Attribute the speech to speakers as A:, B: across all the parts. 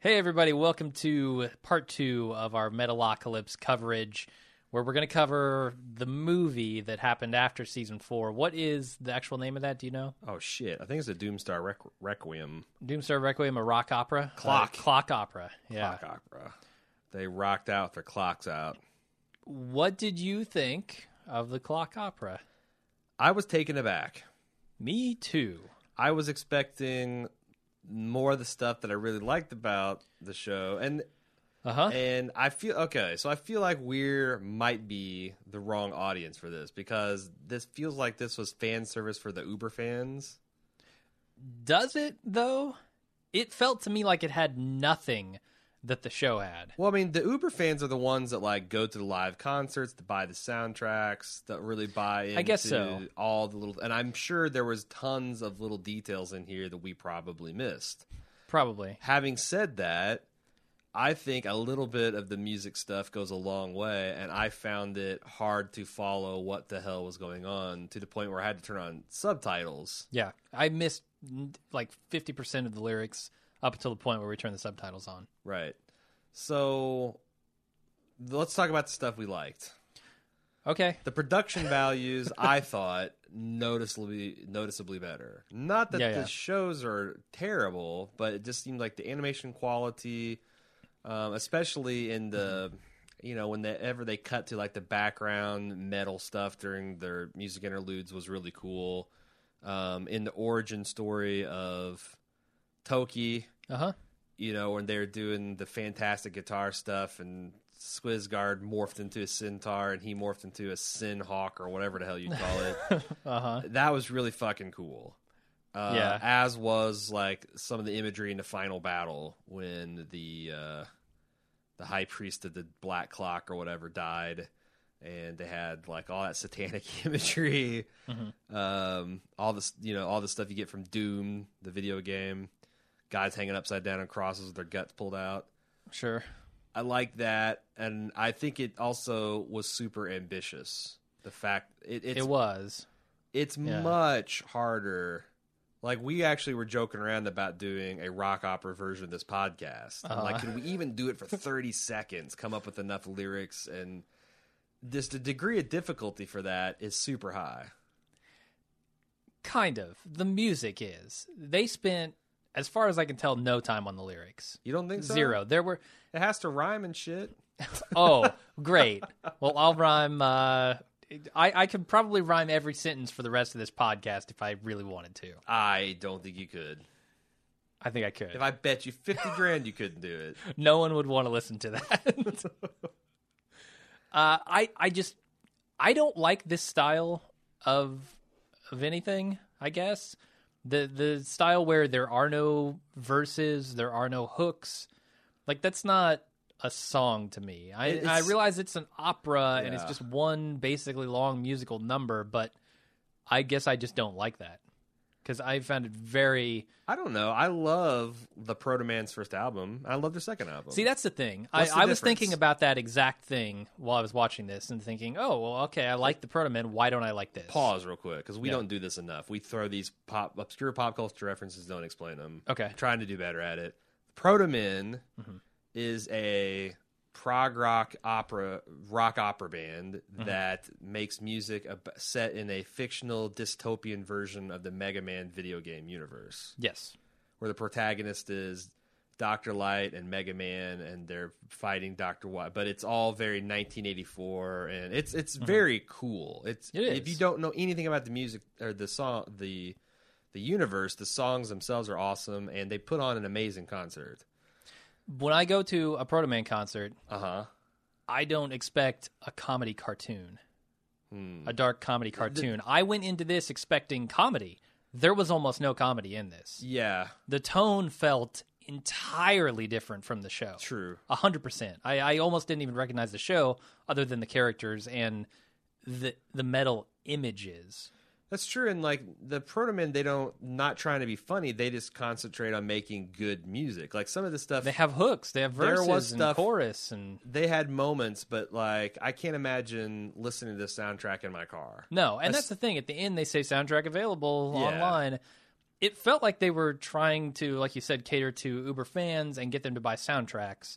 A: Hey, everybody, welcome to part two of our Metalocalypse coverage, where we're going to cover the movie that happened after season four. What is the actual name of that? Do you know?
B: Oh shit! I think it's a Doomstar Requ- Requiem
A: Doomstar Requiem, a rock opera?
B: Clock.
A: Uh, clock opera, yeah.
B: clock opera. They rocked out their clocks out.
A: What did you think of the clock opera?
B: I was taken aback.
A: Me too.
B: I was expecting more of the stuff that I really liked about the show, and
A: Uh huh.
B: and I feel okay. So I feel like we're might be the wrong audience for this because this feels like this was fan service for the Uber fans.
A: Does it, though? It felt to me like it had nothing that the show had.
B: Well, I mean, the Uber fans are the ones that like go to the live concerts, that buy the soundtracks, that really buy into
A: I guess so.
B: all the little. And I'm sure there was tons of little details in here that we probably missed.
A: Probably.
B: Having said that, I think a little bit of the music stuff goes a long way, and I found it hard to follow what the hell was going on to the point where I had to turn on subtitles.
A: Yeah, I missed n- like fifty percent of the lyrics up until the point where we turned the subtitles on.
B: Right. So let's talk about the stuff we liked.
A: Okay,
B: The production values, I thought, noticeably noticeably better. Not that
A: Yeah,
B: the
A: yeah.
B: shows are terrible, but it just seemed like the animation quality, um, especially in the, you know, whenever they cut to like the background metal stuff during their music interludes was really cool. Um, in the origin story of Toki,
A: uh huh.
B: you know, when they were doing the fantastic guitar stuff and Swizgard morphed into a centaur and he morphed into a sin hawk or whatever the hell you call it.
A: Uh-huh.
B: That was really fucking cool. Uh,
A: Yeah.
B: As was like some of the imagery in the final battle when the uh, the high priest of the Black Clock or whatever died, and they had like all that satanic imagery, um, all this you know all the stuff you get from Doom, the video game, guys hanging upside down on crosses with their guts pulled out.
A: Sure.
B: I like that, and I think it also was super ambitious. The fact it, it's
A: it was.
B: it's
A: Yeah.
B: much harder. Like we actually were joking around about doing a rock opera version of this podcast. I'm Like,
A: Uh-huh.
B: can we even do it for 30 seconds? Come up with enough lyrics and this the degree of difficulty for that is super high.
A: Kind of. The music is. They spent, as far as I can tell, no time on the lyrics.
B: You don't think so?
A: Zero. There were.
B: It has to rhyme and shit.
A: Oh, great. Well, I'll rhyme. Uh, I I could probably rhyme every sentence for the rest of this podcast if I really wanted to.
B: I don't think you could.
A: I think I could.
B: If I bet you 50 grand you couldn't do it.
A: no one would want to listen to that. uh, I I just I don't like this style of of anything. I guess the the style where there are no verses, there are no hooks. Like that's not a song to me. I
B: It-
A: I
B: it's-
A: realize it's an opera and it's
B: Yeah.
A: just one basically long musical number, but I guess I just don't like that because I found it very.
B: I don't know. I love the Proto Man's first album. I love their second album.
A: See, that's the thing. I,
B: What's the
A: I was
B: difference?
A: thinking about that exact thing while I was watching this and thinking, oh, well, okay, I like the Proto Man. Why don't I like this?
B: pause real quick because we don't do this enough. We throw these pop obscure pop culture references, don't explain them.
A: Okay.
B: I'm trying to do better at it. Proto Men is a prog rock opera rock opera band that makes music ab- set in a fictional dystopian version of the Mega Man video game universe,
A: Yes.
B: where the protagonist is. Doctor Light and Mega Man, and they're fighting Doctor White, but it's all very 1984, and it's it's very cool. It's
A: Mm-hmm. It
B: if
A: is.
B: you don't know anything about the music or the song, the the universe, the songs themselves are awesome, and they put on an amazing concert.
A: When I go to a Proto Man concert,
B: Uh huh.
A: I don't expect a comedy cartoon,
B: Hmm.
A: a dark comedy cartoon. I went into this expecting comedy. There was almost no comedy in this.
B: Yeah,
A: The tone felt entirely different from the show.
B: true.
A: A hundred percent. I, I almost didn't even recognize the show other than the characters and the the metal images.
B: That's true. And like the Proto Men, they don't not trying to be funny. They just concentrate on making good music. Like some of the stuff
A: They have hooks. They have
B: There
A: verses
B: was
A: and
B: stuff-
A: chorus and
B: they had moments, but like I can't imagine listening to the soundtrack in my car.
A: no. And
B: That's-
A: that's the thing. At the end, they say soundtrack available
B: Yeah.
A: online. it felt like they were trying to, like you said, cater to Uber fans and get them to buy soundtracks.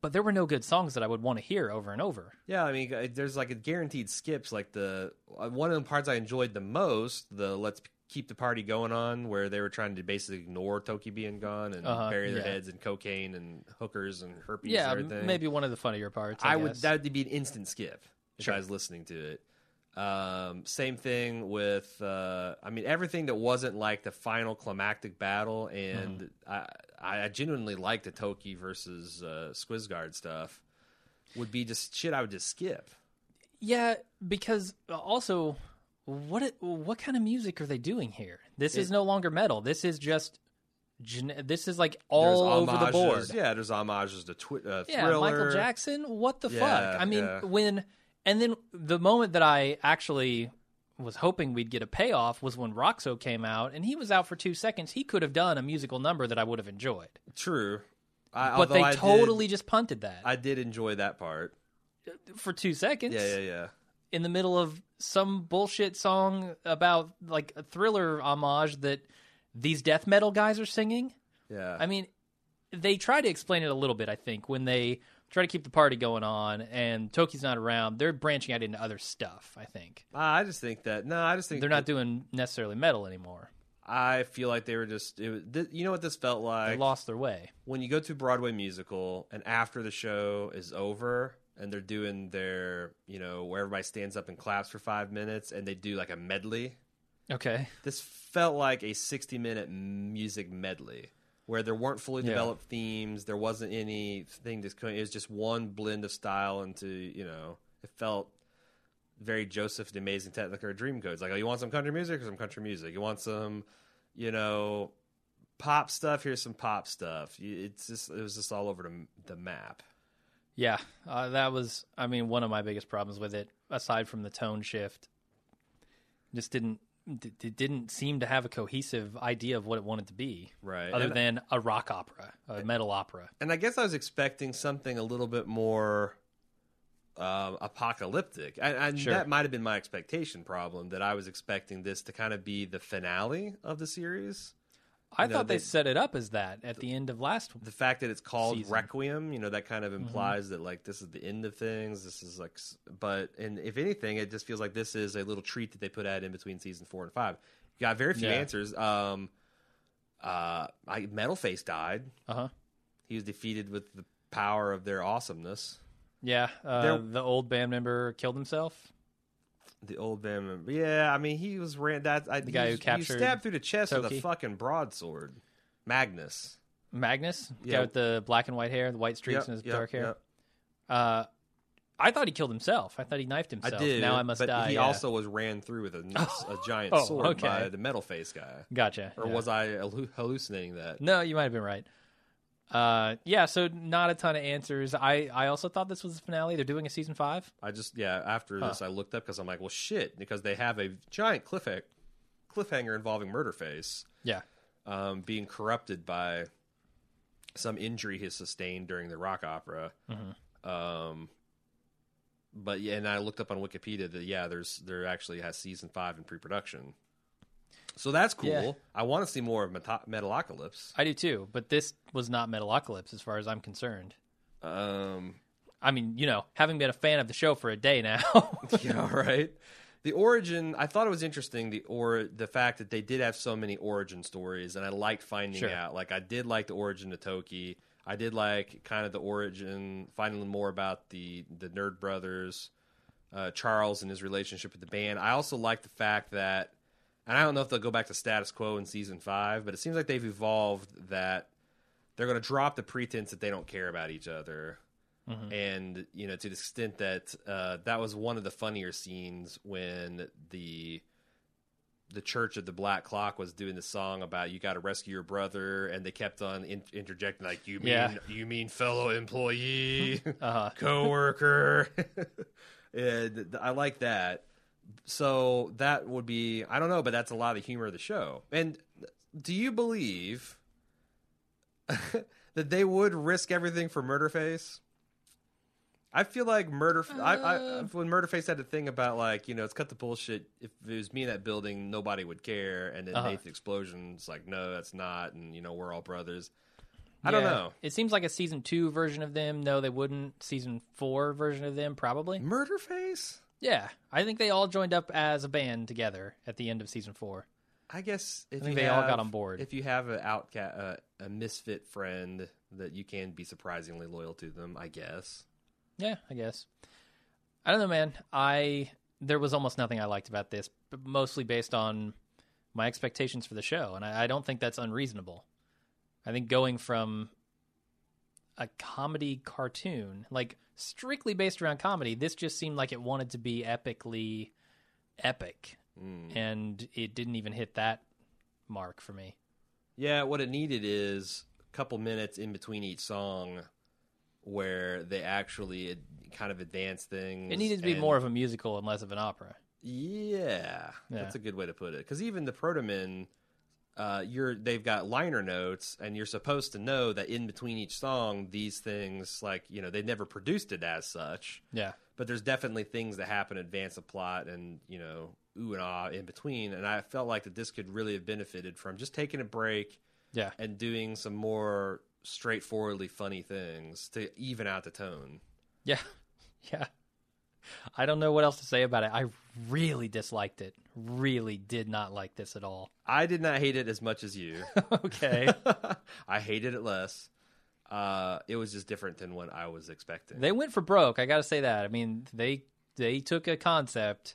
A: But there were no good songs that I would want to hear over and over.
B: Yeah, I mean, uh, there's like a guaranteed skips. Like the uh, one of the parts I enjoyed the most, the "Let's Keep the Party Going On," where they were trying to basically ignore Toki being gone and
A: Uh-huh,
B: bury their
A: yeah.
B: heads in cocaine and hookers and herpes.
A: yeah,
B: and everything.
A: maybe one of the funnier parts. I,
B: I would
A: guess.
B: that would be an instant skip if
A: Sure.
B: I was listening to it. Um, same thing with uh, I mean everything that wasn't like the final climactic battle, and
A: Mm-hmm.
B: I I genuinely like the Toki versus uh, Squizguard stuff. Would be just shit. I would just skip.
A: Yeah, because uh, also, what it- what kind of music are they doing here? This is no longer metal. This is just, gen- this is like all over the board.
B: homages- Yeah, there's homages to twi- uh,
A: Yeah,
B: Thriller.
A: Michael Jackson. What the
B: Yeah,
A: fuck? I mean,
B: yeah.
A: when and then the moment that I actually was hoping we'd get a payoff was when Roxo came out, and he was out for two seconds. He could have done a musical number that I would have enjoyed,
B: True, I,
A: but they
B: although I did-
A: totally just punted that
B: I did enjoy that part.
A: for two seconds
B: Yeah, yeah, yeah.
A: in the middle of some bullshit song about like a thriller homage that these death metal guys are singing.
B: Yeah,
A: I mean, they try to explain it a little bit, I think, when they try to keep the party going on and Toki's not around. They're branching out into other stuff, I think.
B: I just think that no, I just think
A: They're
B: that-
A: not doing necessarily metal anymore.
B: I feel like they were just. It, was- th- you know what this felt
A: They
B: like?
A: lost their way.
B: when you go to a Broadway musical and after the show is over and they're doing their, you know, where everybody stands up and claps for five minutes and they do like a medley.
A: Okay.
B: This felt like a 60 minute music medley where there weren't fully
A: Yeah.
B: developed themes. There wasn't anything that's coming. It was just one blend of style into, you know, it felt very Joseph the Amazing Technicolor Dreamcoats. Like, oh, you want some country music? Here's some country music. You want some, you know, pop stuff? Here's some pop stuff. You- It's just it was just all over the, the map.
A: Yeah. Uh, that was, I mean, one of my biggest problems with it, aside from the tone shift. Just didn't. d- It didn't seem to have a cohesive idea of what it wanted to be,
B: Right.
A: Other
B: And-
A: than a rock opera, a metal opera.
B: And I guess I was expecting something a little bit more um, apocalyptic. And, and
A: Sure.
B: that might have been my expectation problem that I was expecting this to kind of be the finale of the series.
A: I
B: know,
A: thought they,
B: they-
A: set it up as that at the end of last
B: The fact that it's called
A: Season. Mm-hmm.
B: Requiem, you know, that kind of implies that like this is the end of things. This is like, s- but and if anything, it just feels like this is a little treat that they put out in between season four and five. You got very few
A: Yeah.
B: answers. Um, uh, I, Metal Face died.
A: Uh huh.
B: He was defeated with the power of their awesomeness.
A: Yeah, uh,
B: There-
A: the old band member killed himself.
B: The old band member. Yeah, I mean, he was ran. That I, the
A: guy who
B: you
A: captured
B: stabbed through the chest with
A: Toki?
B: a fucking broadsword. Magnus.
A: Magnus, the guy
B: Yeah.
A: with the black and white hair, the white streaks
B: Yep,
A: in his
B: yep,
A: dark hair.
B: yep.
A: Uh, I thought he killed himself. I thought he knifed
B: I
A: himself.
B: did.
A: Now I must
B: but
A: die.
B: He
A: yeah.
B: also was ran through with a, a giant
A: Oh,
B: sword
A: okay.
B: by the metal face guy.
A: gotcha.
B: Or
A: yeah.
B: was I hallu- hallucinating that?
A: No, you might have been right. Uh, yeah. So not a ton of answers. I I also thought this was the finale. They're doing a season five.
B: I just yeah. After this, I looked up because I'm like, well, shit, because they have a giant cliffhanger, cliffhanger involving Murderface
A: Yeah.
B: um, being corrupted by some injury he sustained during the rock opera. Um, but yeah, and I looked up on Wikipedia that yeah, there's there actually has season five in pre-production, so that's cool.
A: Yeah.
B: I want to see more of Meta- Metalocalypse.
A: I do too. But this was not Metalocalypse, as far as I'm concerned.
B: Um,
A: I mean, you know, having been a fan of the show for a day now. Uh-huh.
B: yeah, right. The origin, I thought it was interesting. The or the fact that they did have so many origin stories, and I liked finding
A: Sure.
B: out. Like I did like the origin of Toki. I did like kind of the origin, finding more about the the nerd brothers, uh, Charles and his relationship with the band. I also like the fact that, and I don't know if they'll go back to status quo in season five, but it seems like they've evolved that they're going to drop the pretense that they don't care about each other and you know to the extent that uh, that was one of the funnier scenes when the the church of the black clock was doing the song about you got to rescue your brother and they kept on in- interjecting like you mean
A: Yeah.
B: you mean fellow employee
A: Uh-huh.
B: coworker and th- i like that so that would be i don't know but that's a lot of the humor of the show and do you believe that they would risk everything for murderface I feel like murder. I, I, when Murderface had a thing about like you know it's cut the bullshit. If it was me in that building, nobody would care. And then
A: Uh-huh.
B: Nathan explosion's like, no, that's not. And you know we're all brothers. I don't
A: Yeah.
B: know.
A: It seems like a season two version of them. No, they wouldn't. Season four version of them, probably.
B: Murderface.
A: Yeah, I think they all joined up as a band together at the end of season four.
B: I guess if
A: I think
B: you
A: they all
B: have-
A: got on board.
B: If you have an outcast, uh, a misfit friend that you can be surprisingly loyal to them, I guess.
A: Yeah, I guess. I don't know, man. I there was almost nothing I liked about this, but mostly based on my expectations for the show, and I, I don't think that's unreasonable. I think going from a comedy cartoon, like strictly based around comedy, this just seemed like it wanted to be epically epic,
B: Mm.
A: and it didn't even hit that mark for me.
B: Yeah, what it needed is a couple minutes in between each song where they actually ad- kind of advance things.
A: It needed to be
B: Mm. and-
A: more of a musical and less of an opera.
B: Yeah, that's a good way to put it. Because even the Protomen, uh, you're they've got liner notes, and you're supposed to know that in between each song, these things like you know they never produced it as such,
A: Yeah,
B: but there's definitely things that happen in advance of plot, and you know ooh and ah in between. And I felt like that this could really have benefited from just taking a break
A: yeah.
B: and doing some more straightforwardly funny things to even out the tone.
A: Yeah. Yeah. I don't know what else to say about it. I really disliked it. Really did not like this at all.
B: I did not hate it as much as you.
A: okay.
B: I hated it less. Uh, it was just different than what I was expecting.
A: They went for broke, I got to say that. I mean, they they took a concept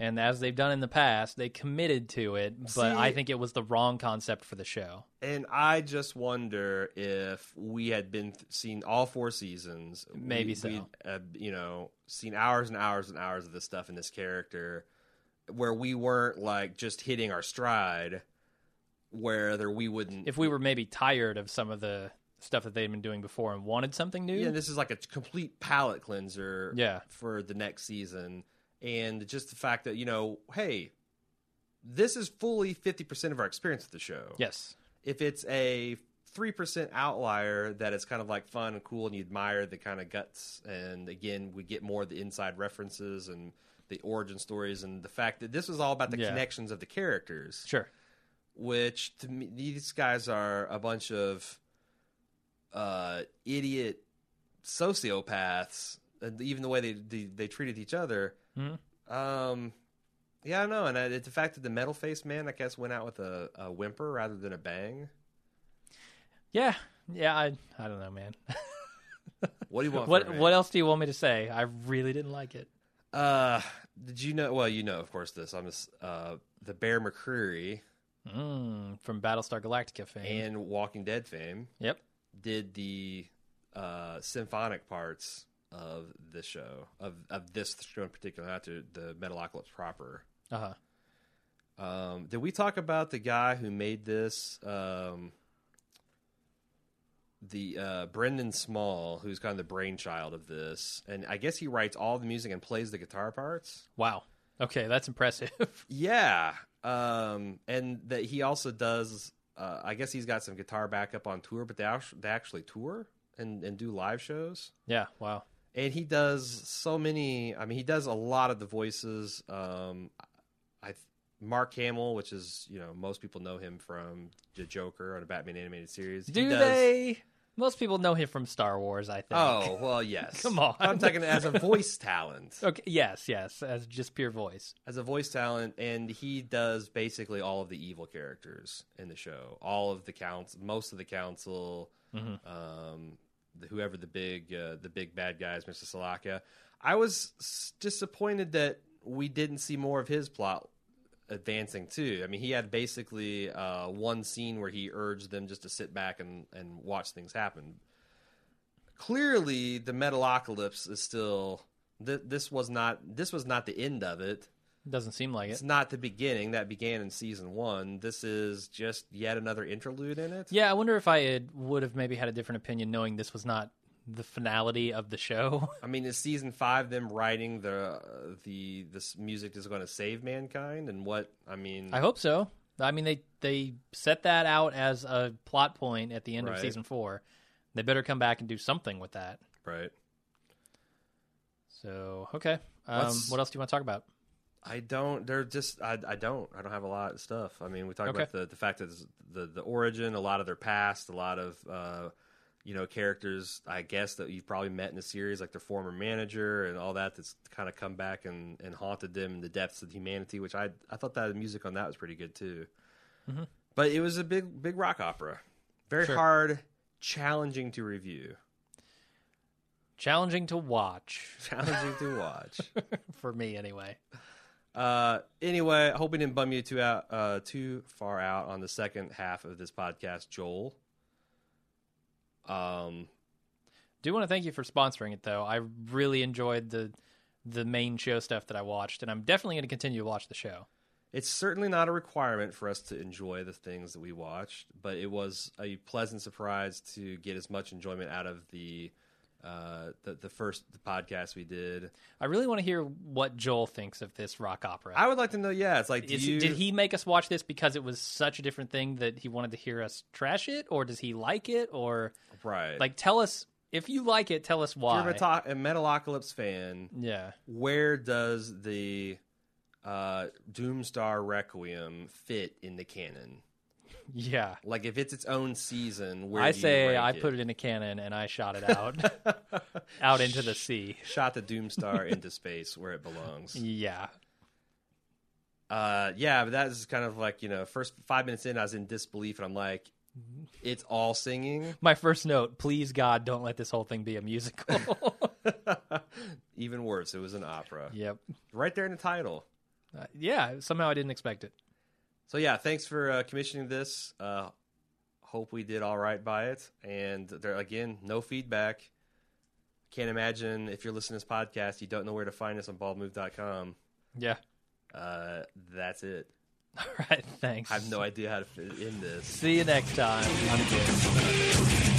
A: and as they've done in the past, they committed to it, but I
B: See-
A: think it was the wrong concept for the show.
B: and I just wonder if we had been th- seen all four seasons,
A: Maybe
B: we,
A: so.
B: we'd, uh, you know, seen hours and hours and hours of this stuff in this character, where we weren't like just hitting our stride. Whether we wouldn't,
A: If we were maybe tired of some of the stuff that they'd been doing before and wanted something new,
B: Yeah, this is like a complete palate cleanser.
A: Yeah.
B: for the next season, and just the fact that you know, hey, this is fully fifty percent of our experience with the show.
A: yes.
B: If it's a three percent outlier that it's kind of like fun and cool, and you admire the kind of guts, and again, we get more of the inside references and the origin stories, and the fact that this was all about the
A: Yeah.
B: connections of the characters
A: Sure.
B: which to me, these guys are a bunch of uh, idiot sociopaths. and Even the way they they, they treated each other.
A: Mhm.
B: Um, yeah, I don't know. And I, it's the fact that the metal face man, I guess, went out with a, a whimper rather than a bang.
A: Yeah. Yeah, I I don't know, man.
B: What do you want? from
A: What
B: me?
A: what else do you want me to say? I really didn't like it.
B: Uh, did you know? Well, you know, of course, this. I'm just uh, the Bear McCreary
A: Mm, from Battlestar Galactica fame.
B: and Walking Dead fame
A: yep.
B: did the uh, symphonic parts of the show of of this show in particular, not to the Metalocalypse proper.
A: Uh huh.
B: Um, did we talk about the guy who made this? Um, the uh, Brendan Small, who's kind of the brainchild of this, and I guess he writes all the music and plays the guitar parts.
A: Wow. Okay, that's impressive.
B: Yeah. Um, and that he also does, uh, I guess he's got some guitar backup on tour, but they, act- they actually tour and, and do live shows.
A: yeah. Wow.
B: And he does so many, I mean, he does a lot of the voices. Um, I, Mark Hamill, which is, you know, most people know him from the Joker on a Batman animated series. He
A: Do
B: does-
A: they? Most people know him from Star Wars. I think.
B: Oh, well, yes.
A: Come on.
B: I'm talking as a voice talent.
A: Okay. Yes. Yes. As just pure voice.
B: as a voice talent, and he does basically all of the evil characters in the show. All of the council, most of the council, um, the, whoever the big uh, the big bad guy is, Mr. Salaka. I was s- disappointed that we didn't see more of his plot advancing too. I mean, he had basically uh, one scene where he urged them just to sit back and, and watch things happen. Clearly, the Metalocalypse is still. Th- this was not. This was not the end of it.
A: Doesn't seem like it.
B: It's not the beginning that began in season one. This is just yet another interlude in it.
A: Yeah. I wonder if I had, would have maybe had a different opinion knowing this was not the finality of the show.
B: I mean, is season five them writing the uh, the this music is going to save mankind and what? I mean,
A: I hope so. I mean, they they set that out as a plot point at the end of
B: Right.
A: season four. They better come back and do something with that.
B: right?
A: So okay, um,
B: What's-
A: what else do you want to talk about?
B: I don't. They're just. I. I don't. I don't have a lot of stuff. I mean, we talked
A: Okay.
B: about the the fact that the the origin, a lot of their past, a lot of uh, you know characters. I guess that you've probably met in the series, like their former manager and all that. That's kind of come back and and haunted them in the depths of humanity. Which I I thought that the music on that was pretty good too. But it was a big big rock opera, very
A: Mm-hmm. Sure.
B: hard, challenging to review,
A: Challenging to watch
B: challenging to watch.
A: for me, anyway.
B: Uh, anyway, I hope we didn't bum you too out uh, too far out on the second half of this podcast, Joel. Um,
A: Do want to thank you for sponsoring it though. I really enjoyed the the main show stuff that I watched, and I'm definitely going to continue to watch the show.
B: it's certainly not a requirement for us to enjoy the things that we watched, but it was a pleasant surprise to get as much enjoyment out of the uh, the, the first podcast we did.
A: I really want to hear what Joel thinks of this rock opera.
B: I would like to know. Yeah, it's like, do
A: Is-
B: you,
A: Did he make us watch this because it was such a different thing that he wanted to hear us trash it, or does he like it, or
B: right?
A: like tell us if you like it, tell us
B: if
A: why.
B: you're a, meta- a Metalocalypse fan.
A: yeah,
B: where does the uh, Doomstar Requiem fit in the canon?
A: yeah.
B: Like, if it's its own season, where
A: I
B: do you
A: say
B: rank
A: I put it in a cannon and I shot it out out into the sea.
B: shot the Doomstar into space where it belongs.
A: Yeah.
B: Uh, yeah, but that is kind of like you know, first five minutes in, I was in disbelief, and I'm like,
A: Mm-hmm.
B: it's all singing,
A: My first note, please God, don't let this whole thing be a musical.
B: even worse, it was an opera
A: yep.
B: right there in the title.
A: Uh, yeah, somehow I didn't expect it.
B: So yeah, thanks for uh, commissioning this. Uh, hope we did all right by it. And there again, no feedback. Can't imagine if you're listening to this podcast, you don't know where to find us on baldmove.com.
A: Yeah.
B: Uh, that's it.
A: All right. Thanks.
B: I have no idea how to fit in this.
A: See you next time. I'm Jim.